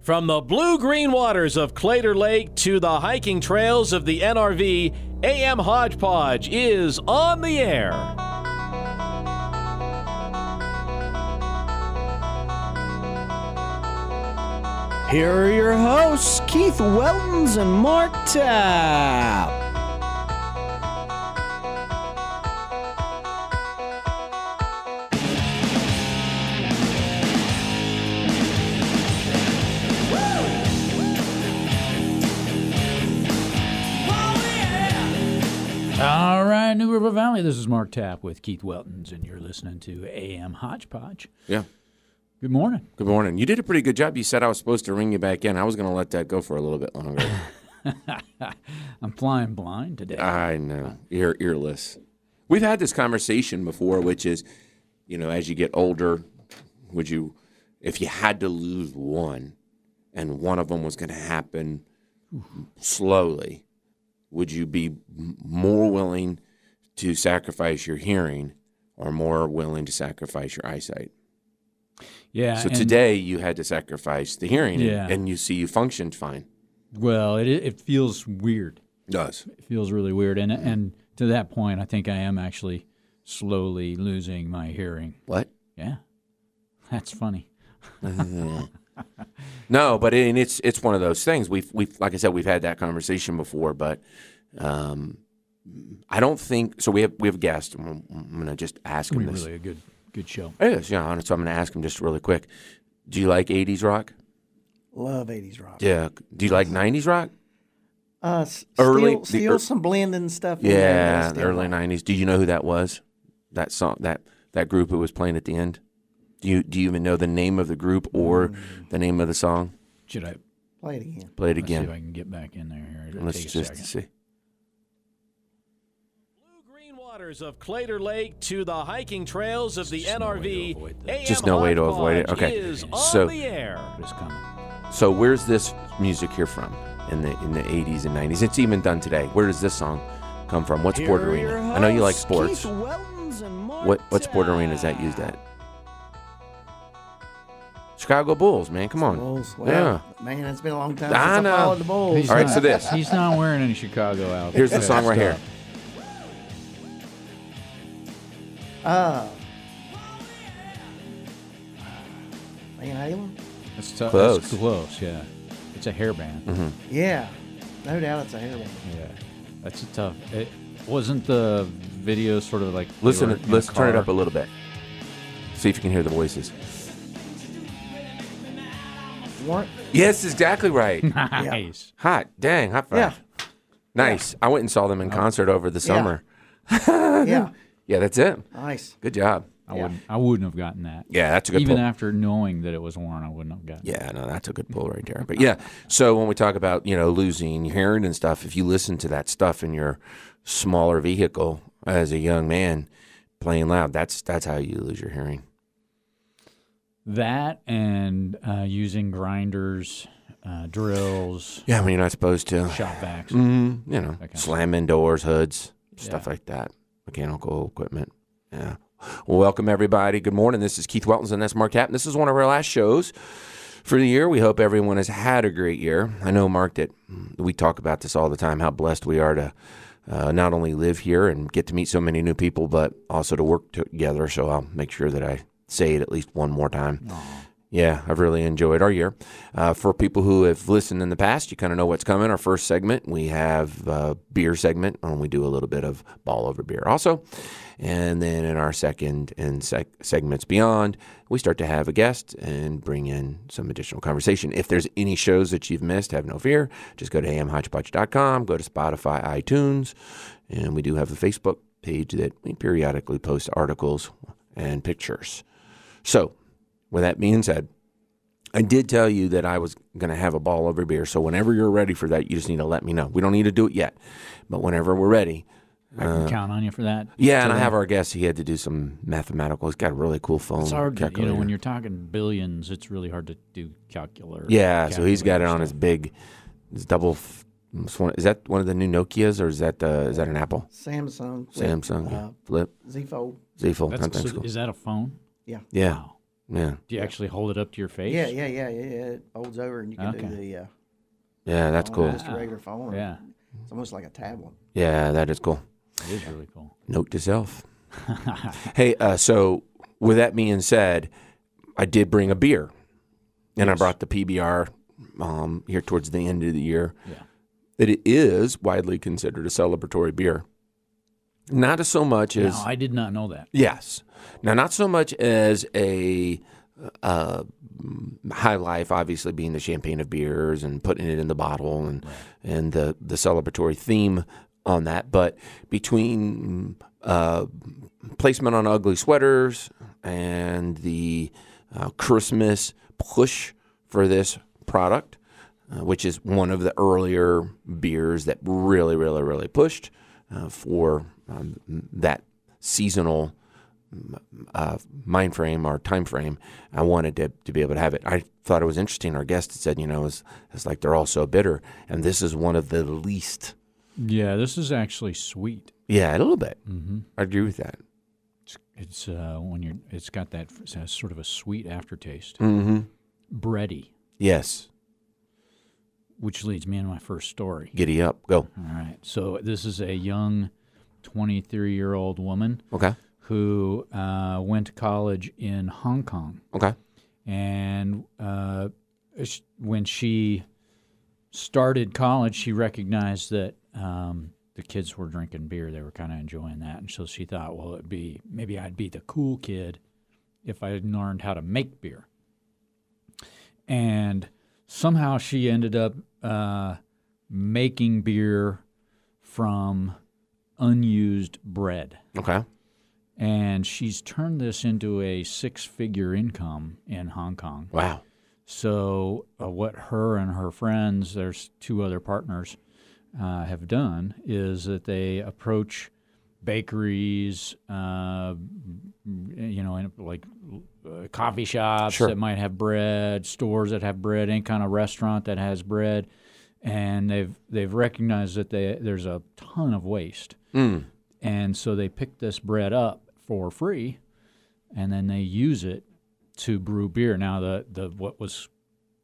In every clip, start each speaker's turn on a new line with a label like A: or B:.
A: From the blue green waters of Clater Lake to the hiking trails of the NRV, AM Hodgepodge is on the air.
B: Here are your hosts, Keith Weltons and Mark Tapp.
C: All right, New River Valley. This is Mark Tapp with Keith Weltons, and you're listening to AM Hodgepodge.
D: Yeah.
C: Good morning.
D: Good morning. You did a pretty good job. You said I was supposed to ring you back in. I was going to let that go for a little bit longer.
C: I'm flying blind today.
D: I know. Ear earless. We've had this conversation before, which is, you know, as you get older, would you, if you had to lose one, and one of them was going to happen slowly, would you be m- more willing to sacrifice your hearing, or more willing to sacrifice your eyesight?
C: yeah.
D: So
C: and-
D: today you had to sacrifice the hearing, and-
C: Yeah.
D: and you see you functioned fine.
C: well, it it feels weird.
D: Does
C: It feels really weird, and
D: Hmm.
C: and to that point, I think I am actually slowly losing my hearing.
D: what?
C: Yeah, that's funny.
D: No, but it, and it's it's one of those things. We've we've like I said, we've had that conversation before, but um, I don't think so. We have we have a guest. I'm, I'm gonna just ask him
C: We
D: this.
C: really a good good show.
D: It is, yeah. So I'm gonna ask him just really quick. Do you like '80s rock?
B: Love 80s rock.
D: Yeah. Do you like '90s rock?
B: Uh, s-
D: Early-
B: steal,
D: the
B: steal
D: ear-
B: some blending stuff. in there,
D: Yeah,
B: but
D: the
B: still-
D: early '90s. Do you know who that was? That song that that group who was playing at the end. Do you do you even know the name of the group or the name of the song?
C: Should I
B: Play it again.
D: Play it
C: Mm. let's see if
D: again.
C: I can get back in there? Here, It'll
D: Let's
C: take a
D: just
C: second.
D: see.
A: Blue green waters of Clater Lake to the hiking trails of the
C: Just no way to avoid
A: NRV,
C: that.
A: AM
D: Just no way to avoid it.
A: Hodgepodge
D: Okay.
A: is on
D: So-
A: the air.
C: But it's coming.
D: So where's this music here from in the in the 80s and 90s? It's even done today. Where does this song come from? What's Sport
B: Here are your
D: Arena? I know you like
B: hosts,
D: sports.
B: Keith Weltons and Mark
D: What what Sport Arena is that
B: Tapp.
D: used at? Chicago Bulls, man. Come on.
E: Oh,
B: Bulls. Well,
D: Yeah.
B: Man, it's been a long time since
D: I
B: I,
D: know.
B: followed the Bulls.
D: All right,
C: not,
D: so this.
C: He's not wearing any Chicago outfit.
D: Here's the song right here.
B: Uh, Van Halen?
C: That's, tough.
D: Close. Mm-hmm.
C: That's close, yeah. It's a hairband.
B: Yeah. No doubt it's a hairband.
C: Yeah. That's a tough. It wasn't the video sort of like. they were
D: Listen,
C: in a
D: let's turn it
C: car?
D: up a little bit. See if you can hear the voices.
B: Weren't?
D: Yes, exactly right.
C: Nice.
D: Hot dang, hot five.
B: Yeah. Oh.
D: Nice. I went and saw them in concert over the summer.
B: Yeah.
D: Yeah, that's it.
B: Nice.
D: Good job.
C: I wouldn't. I wouldn't have gotten that.
D: Yeah, that's a good
C: Even
D: pull.
C: after knowing that it was Warren, I wouldn't have gotten. it.
D: Yeah, no, that's a good pull right there. But yeah, so when we talk about you know losing your hearing and stuff, if you listen to that stuff in your smaller vehicle as a young man playing loud, that's that's how you lose your hearing.
C: That and uh, using grinders, uh, drills,
D: Yeah, when you're not supposed to,
C: shop backs.
D: mm, you know,
C: Okay.
D: slamming doors, hoods, stuff
C: Yeah.
D: like that, mechanical equipment. Yeah. Well, welcome everybody. Good morning. This is Keith Weltons and that's Mark Tapp. And This is one of our last shows for the year. We hope everyone has had a great year. I know, Mark, that mm, we talk about this all the time. How blessed we are to uh, not only live here and get to meet so many new people, but also to work together. So I'll make sure that I say it at least one more time. Yeah, I've really enjoyed our year. Uh, for people who have listened in the past, you kind of know what's coming. Our first segment, we have a beer segment, and we do a little bit of ball over beer also. And then in our second and sec- segments beyond, we start to have a guest and bring in some additional conversation. If there's any shows that you've missed, have no fear. Just go to amhodgepodge.com, go to Spotify, iTunes, and we do have a Facebook page that we periodically post articles and pictures. So, with that being said, I did tell you that I was going to have a ball over beer. So whenever you're ready for that, you just need to let me know. We don't need to do it yet, but whenever we're ready.
C: I can count on you for that.
D: Mm-hmm. Yeah, and I
C: today.
D: have our guest. He had to do some mathematical. He's got a really cool phone.
C: It's hard, to, you know,
D: calculator.
C: when you're talking billions, it's really hard to do calculator.
D: yeah, so he's got it
C: calculator
D: on his
C: stuff.
D: big, his double. f- it's one- Is that one of the new Nokia's or is that uh, is that an Apple?
B: Samsung.
D: Samsung, yeah.
B: Uh,
D: Flip,
B: Z Fold.
D: Z Fold.
C: That's,
D: That's
C: so
D: cool.
C: Is that a phone?
D: Yeah,
C: Wow.
D: Yeah.
C: Do you actually hold it up to your face?
E: Yeah, yeah, yeah, yeah, yeah. It folds over and you can do
C: Okay.
E: the uh,
D: Yeah, that's cool.
E: just a regular phone.
C: Yeah,
E: It's almost like a tablet.
D: Yeah, that is cool.
C: it is really cool.
D: Note to self. hey, uh, so with that being said, I did bring a beer, and I brought the PBR um, here towards the end of the year.
C: Yeah.
D: That it is widely considered a celebratory beer. Not as so much as
C: No, I did not know that.
D: Yes. Now, not so much as a uh, high life, obviously being the champagne of beers and putting it in the bottle and and the the celebratory theme on that, but between uh, placement on ugly sweaters and the uh, Christmas push for this product, uh, which is one of the earlier beers that really, really, really pushed uh, for um, that seasonal uh, mind frame or time frame, I wanted to, to be able to have it. I thought it was interesting. Our guest had said, you know, it's, it's like they're all so bitter, and this is one of the least.
C: Yeah, this is actually sweet.
D: Yeah, a little bit. I agree with that.
C: It's, it's uh, when you're. It's got that f- s- sort of a sweet aftertaste,
D: Mm-hmm.
C: bready,
D: Yes,
C: which leads me into my first story.
D: giddy up, go.
C: All right, so this is a young, twenty-three-year-old woman
D: Okay,
C: who uh, went to college in Hong Kong.
D: okay,
C: and uh, sh- when she started college, she recognized that um, the kids were drinking beer; they were kind of enjoying that, and so she thought, "Well, it'd be maybe I'd be the cool kid if I had learned how to make beer." And somehow she ended up uh, making beer from unused bread
D: okay.
C: and she's turned this into a six-figure income in Hong Kong.
D: Wow.
C: So, uh, what her and her friends, there's two other partners, uh, have done is that they approach bakeries, uh, you know, and like uh, coffee shops
D: Sure.
C: that might have bread, stores that have bread, any kind of restaurant that has bread, and they've they've recognized that they, there's a ton of waste,
D: Hmm.
C: and so they pick this bread up for free, and then they use it to brew beer. Now the the what was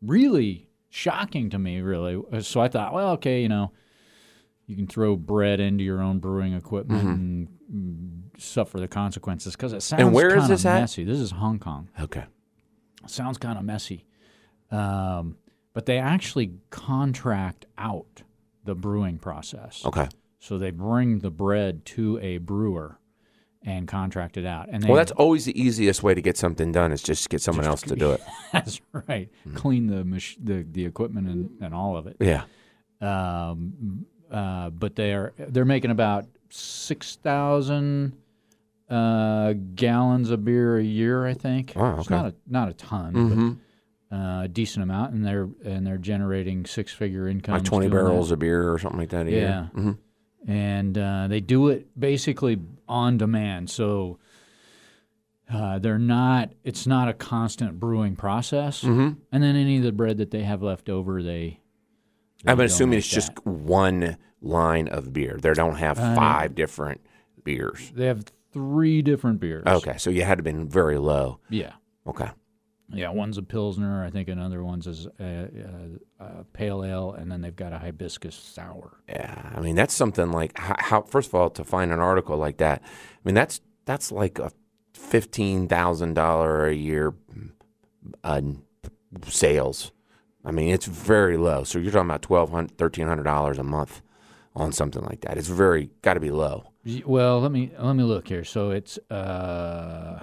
C: really shocking to me really so I thought, well, okay, you know, you can throw bread into your own brewing equipment and mm, suffer the consequences because it sounds
D: Mm-hmm. where is
C: kinda
D: this at?
C: messy. This is Hong Kong.
D: Okay.
C: It sounds kind of messy, um, but they actually contract out the brewing process.
D: Okay.
C: So they bring the bread to a brewer and contract it out. And they,
D: Well, that's always the easiest way to get something done is just get someone else to do it.
C: that's right.
D: Hmm.
C: Clean the, mach- the the equipment and, and all of it.
D: Yeah.
C: um, uh, but they're they're making about six thousand uh, gallons of beer a year, I think.
D: Wow,
C: It's
D: okay. Mm-hmm.
C: not a not a ton, but uh, a decent amount, and they're and they're generating six figure income.
D: Like 20 barrels of beer or something like that a
C: Yeah.
D: year. Mhm.
C: And uh, they do it basically on demand, so. Uh, they're not. It's not a constant brewing process, and then any of the bread that they have left over, they. they
D: I'm
C: donate
D: assuming it's
C: that.
D: just one line of beer. They don't have five different beers.
C: They have three different beers.
D: Okay, so you had to been very low.
C: Yeah.
D: Okay.
C: Yeah. One's a Pilsner, I think another one's is a, a, a pale ale, and then they've got a hibiscus sour.
D: Yeah, I mean that's something like how, how. First of all, to find an article like that, I mean that's that's like a fifteen thousand dollar a year uh, sales. I mean it's very low. So you're talking about twelve hundred, thirteen hundred dollars a month on something like that. It's very got to be low.
C: Y- Well, let me let me look here. So it's uh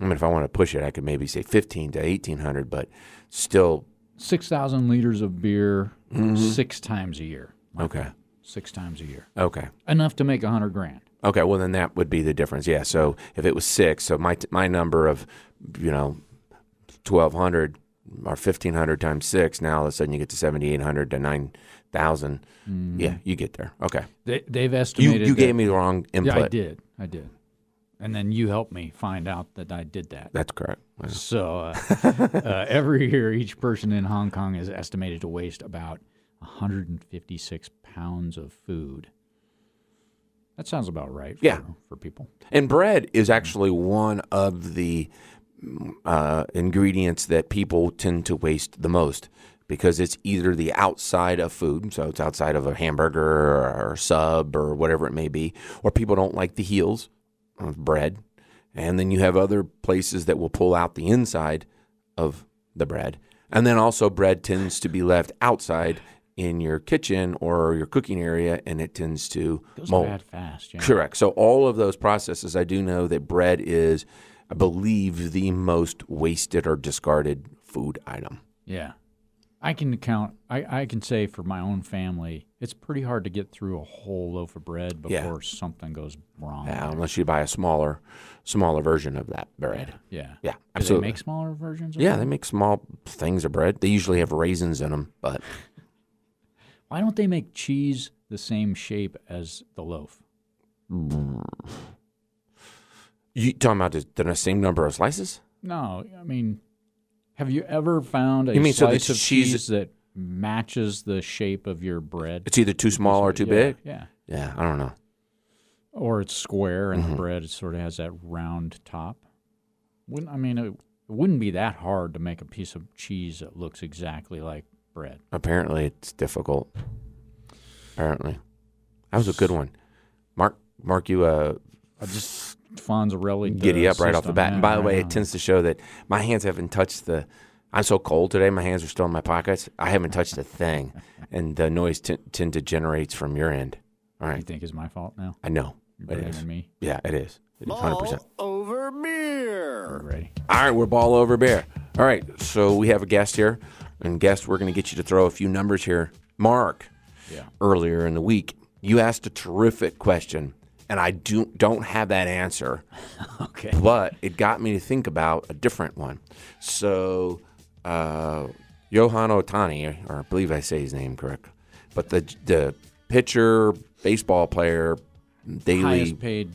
D: I mean if I want to push it, I could maybe say fifteen to eighteen hundred, but still
C: six thousand liters of beer six times a year.
D: okay,
C: Six times a year,
D: okay.
C: enough to make a hundred grand.
D: Okay, well then that would be the difference. Yeah. So if it was six, so my my number of you know twelve hundred or fifteen hundred times six, now all of a sudden you get to seventy eight hundred to nine thousand.
C: Mm-hmm.
D: Yeah, you get there. Okay.
C: They, they've
D: You
C: estimated.
D: you
C: that-
D: gave me the wrong
C: Yeah,
D: input.
C: I did. I did. And then you helped me find out that I did that.
D: That's correct. Wow.
C: So uh, uh, every year, each person in Hong Kong is estimated to waste about 156 pounds of food. That sounds about right. For,
D: Yeah.
C: for people.
D: And bread is actually one of the mm, uh, ingredients that people tend to waste the most because it's either the outside of food, so it's outside of a hamburger or a sub or whatever it may be, or people don't like the heels of bread. And then you have other places that will pull out the inside of the bread. And then also, bread tends to be left outside in your kitchen or your cooking area, and it tends to
C: Goes
D: mold.
C: bad fast. Yeah.
D: Correct. So all of those processes, I do know that bread is, I believe, the most wasted or discarded food item.
C: Yeah. I can count, I, I can say for my own family, it's pretty hard to get through a whole loaf of bread
D: Yeah.
C: before something goes wrong.
D: Yeah, Uh, unless you buy a smaller, smaller version of that bread.
C: Yeah.
D: Yeah,
C: Do they
D: absolutely.
C: make smaller versions? Of
D: Yeah,
C: it?
D: they make small things of bread. They usually have raisins in them, but
C: Why don't they make cheese the same shape as the loaf?
D: you talking about the, the same number of slices?
C: No, I mean, have you ever found a
D: You mean, so the
C: slice of
D: cheese-
C: cheese, that matches the shape of your bread?
D: It's either too small or too
C: Yeah,
D: big.
C: Yeah.
D: Yeah, I don't know.
C: Or it's square and
D: Mm-hmm.
C: the bread sort of has that round top. Wouldn't I mean it, wouldn't be that hard to make a piece of cheese that looks exactly like bread.
D: Apparently, it's difficult. Apparently, that was a good one. Mark, mark you uh,
C: I just Fonzarelli
D: giddy up right off the bat. and by the way, it
C: tends.
D: tends to show that my hands haven't touched the. I'm so cold today. My hands are still in my pockets. I haven't touched a thing, and the noise t- tend to generates from your end. All
C: you
D: right,
C: think is my fault now.
D: I know
C: You're
D: it
C: better
D: is.
C: than me.
D: Yeah, it is. Hundred percent.
B: over beer.
C: Ready?
D: All right, we're ball over bear. All right, so we have a guest here, and guest, we're going to get you to throw a few numbers here. Mark,
C: Yeah.
D: earlier in the week, you asked a terrific question, and I do don't have that answer.
C: Okay.
D: but it got me to think about a different one. So, uh, Johan Otani, or I believe I say his name correct, but the the pitcher, baseball player, daily,
C: Highest paid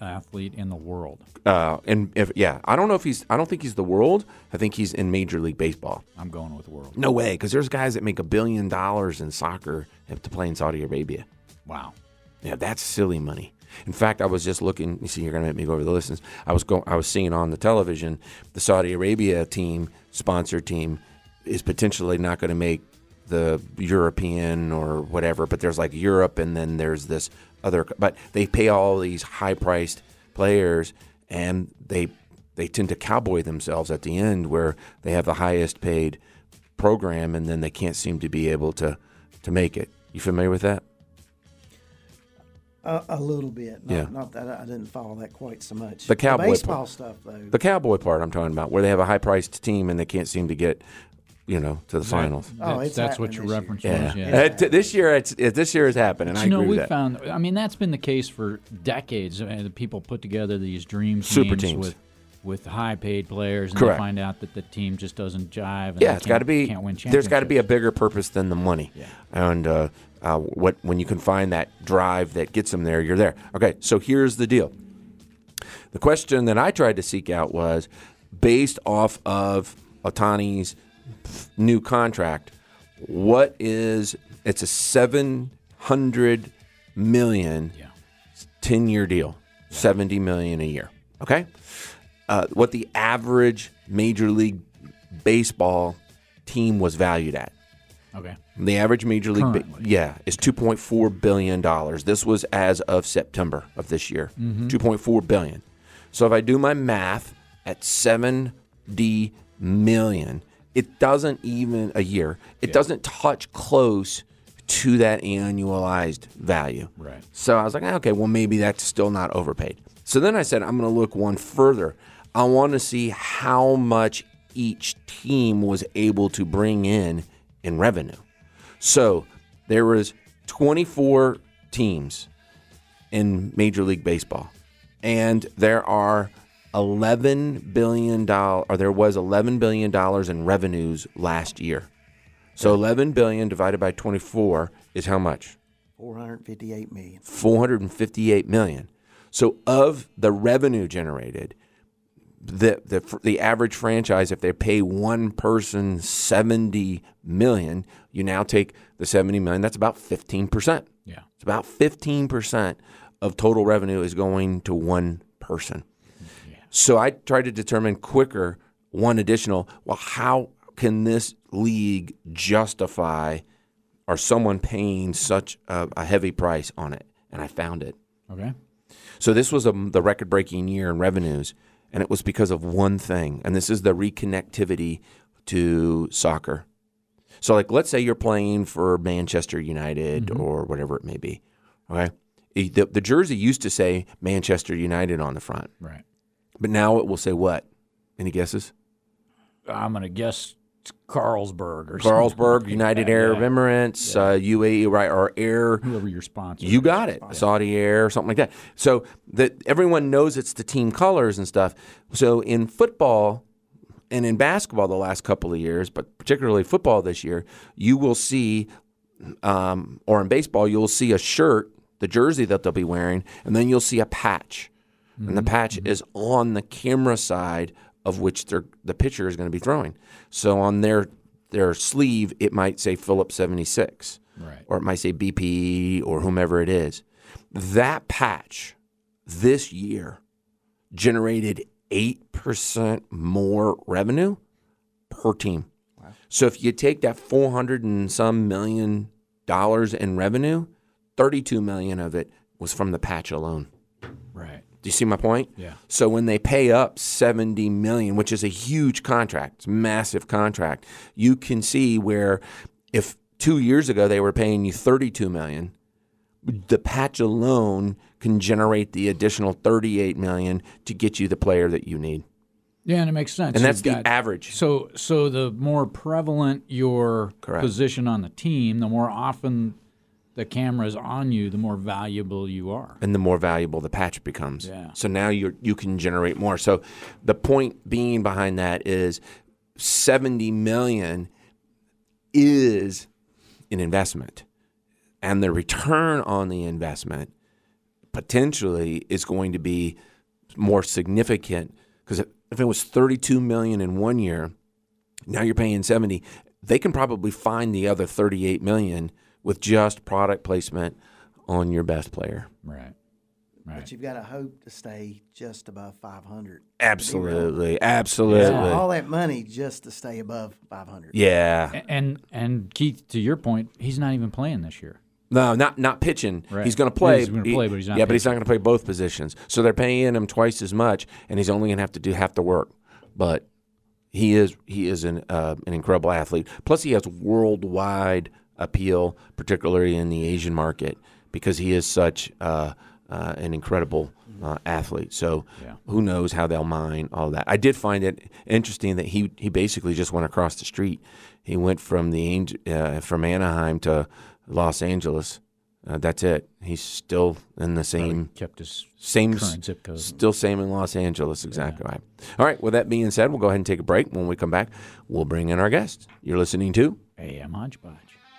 C: athlete in the world.
D: uh, and if yeah, I don't know if he's, I don't think he's the world. I think he's in Major League Baseball.
C: I'm going with world.
D: No way, because there's guys that make a billion dollars in soccer have to play in Saudi Arabia.
C: Wow.
D: Yeah, that's silly money. In fact, I was just looking. You see, you're gonna make me go over the listings. I was going. I was seeing on the television the Saudi Arabia team, sponsor team, is potentially not going to make the European or whatever. But there's like Europe, and then there's this other. But they pay all these high-priced players, and they they tend to cowboy themselves at the end, where they have the highest-paid program, and then they can't seem to be able to to make it. You familiar with that?
E: A, a little bit. Not,
D: Yeah.
E: not that I didn't follow that quite so much.
D: The cowboy
E: baseball
D: part.
E: stuff though.
D: The cowboy part I'm talking about, where they have a high priced team and they can't seem to get, you know, to the finals.
E: Oh,
C: that's
E: it's
C: that's what your
E: happening
C: reference
E: this
D: Yeah,
C: was. Yeah.
D: Uh, t- this year it's it, this year is happening. I
C: you know,
D: agree
C: we
D: with that.
C: found. I mean, that's been the case for decades. Uh, the people put together these dream
D: Super
C: teams,
D: teams.
C: with with high-paid players, and
D: Correct.
C: they find out that the team just doesn't jive. And
D: yeah,
C: they
D: it's got to
C: can't-
D: be.
C: Can't win
D: There's got to be a
C: championships.
D: bigger purpose than the money. Yeah. And uh, uh, what when you can find that drive that gets them there, you're there. Okay, so here's the deal. The question that I tried to seek out was based off of Otani's new contract. What is it's a 700 million
C: Yeah.
D: 10 year deal, 70 million a year. Okay. Uh, what the average Major League Baseball team was valued at.
C: Okay.
D: The average Major League, Ba-
C: Currently.
D: yeah, is two point four billion dollars. This was as of September of this year,
C: Mm-hmm.
D: point four billion. So if I do my math at seventy million, it doesn't even a year. It doesn't touch close to that annualized value.
C: Right.
D: So I was like, "Ah, okay, well maybe that's still not overpaid. So then I said, I'm going to look one further. I want to see how much each team was able to bring in in revenue. So there was 24 teams in Major League Baseball, and there are 11 billion dollar, or there was 11 billion dollars in revenues last year. So 11 billion divided by 24 is how much?
E: Four hundred fifty-eight million.
D: 458 million. So of the revenue generated, the the the average franchise if they pay one person 70 million, you now take the 70 million, that's about 15%.
C: Yeah.
D: It's about 15% of total revenue is going to one person. So I tried to determine quicker one additional. Well, how can this league justify or someone paying such a, a heavy price on it? And I found it.
C: Okay.
D: So this was um the record breaking year in revenues, and it was because of one thing, and this is the reconnectivity to soccer. So, like, let's say you're playing for Manchester United or whatever it may be. Okay. Eh, The, the jersey used to say Manchester United on the front,
C: Right.
D: but now it will say what? Any guesses?
C: I'm gonna guess it's Carlsberg or something.
D: Carlsberg, United Arab Emirates, Uh, UAE, right, or Air
C: Whoever your sponsor.
D: You got it. Saudi Air or something like that. So that everyone knows it's the team colors and stuff. So in football and in basketball the last couple of years, but particularly football this year, you will see um, or in baseball, you'll see a shirt, the jersey that they'll be wearing, and then you'll see a patch. And the patch is on the camera side of which they're, the pitcher is going to be throwing. So on their their sleeve, it might say Phillips 76,
C: Right.
D: or it might say BP or whomever it is. That patch this year generated 8% more revenue per team. So if you take that 400 and some million dollars in revenue, 32 million of it was from the patch alone.
C: Right.
D: Do you see my point?
C: Yeah.
D: So when they pay up 70 million, which is a huge contract, it's a massive contract, you can see where if 2 years ago they were paying you 32 million, the patch alone can generate the additional 38 million to get you the player that you need.
C: Yeah, and it makes sense.
D: And that's
C: You've
D: the
C: got-
D: average.
C: So, so the more prevalent your
D: Correct.
C: position on the team, the more often the camera is on you, the more valuable you are.
D: and the more valuable the patch becomes.
C: Yeah.
D: So now you you can generate more. So the point being behind that is 70 million is an investment. And the return on the investment potentially is going to be more significant because if it was 32 million in one year, now you're paying 70 they can probably find the other 38 million with just product placement on your best player.
C: Right.
E: But you've got to hope to stay just above 500.
D: Absolutely, absolutely.
E: All that money just to stay above 500.
D: Yeah.
C: A- And and Keith, to your point, he's not even playing this year.
D: No, not not pitching.
C: Right.
D: He's going to play.
C: He's gonna play, but he's not
D: Yeah, but he's not going to play both positions. So they're paying him twice as much, and he's only going to have to do half the work. But he is he is an uh, an incredible athlete. Plus, he has worldwide appeal, particularly in the Asian market, because he is such uh, uh, an incredible uh, athlete. So who knows how they'll mine all that. I did find it interesting that he he basically just went across the street. He went from the Ang- uh, from Anaheim to Los Angeles. Uh, that's it. He's still in the same
C: Kept his
D: same
C: current zip code.
D: Still same in Los Angeles, exactly right. All right. With that being said, we'll go ahead and take a break. When we come back, we'll bring in our guests. You're listening to
C: AM Hodgepodge.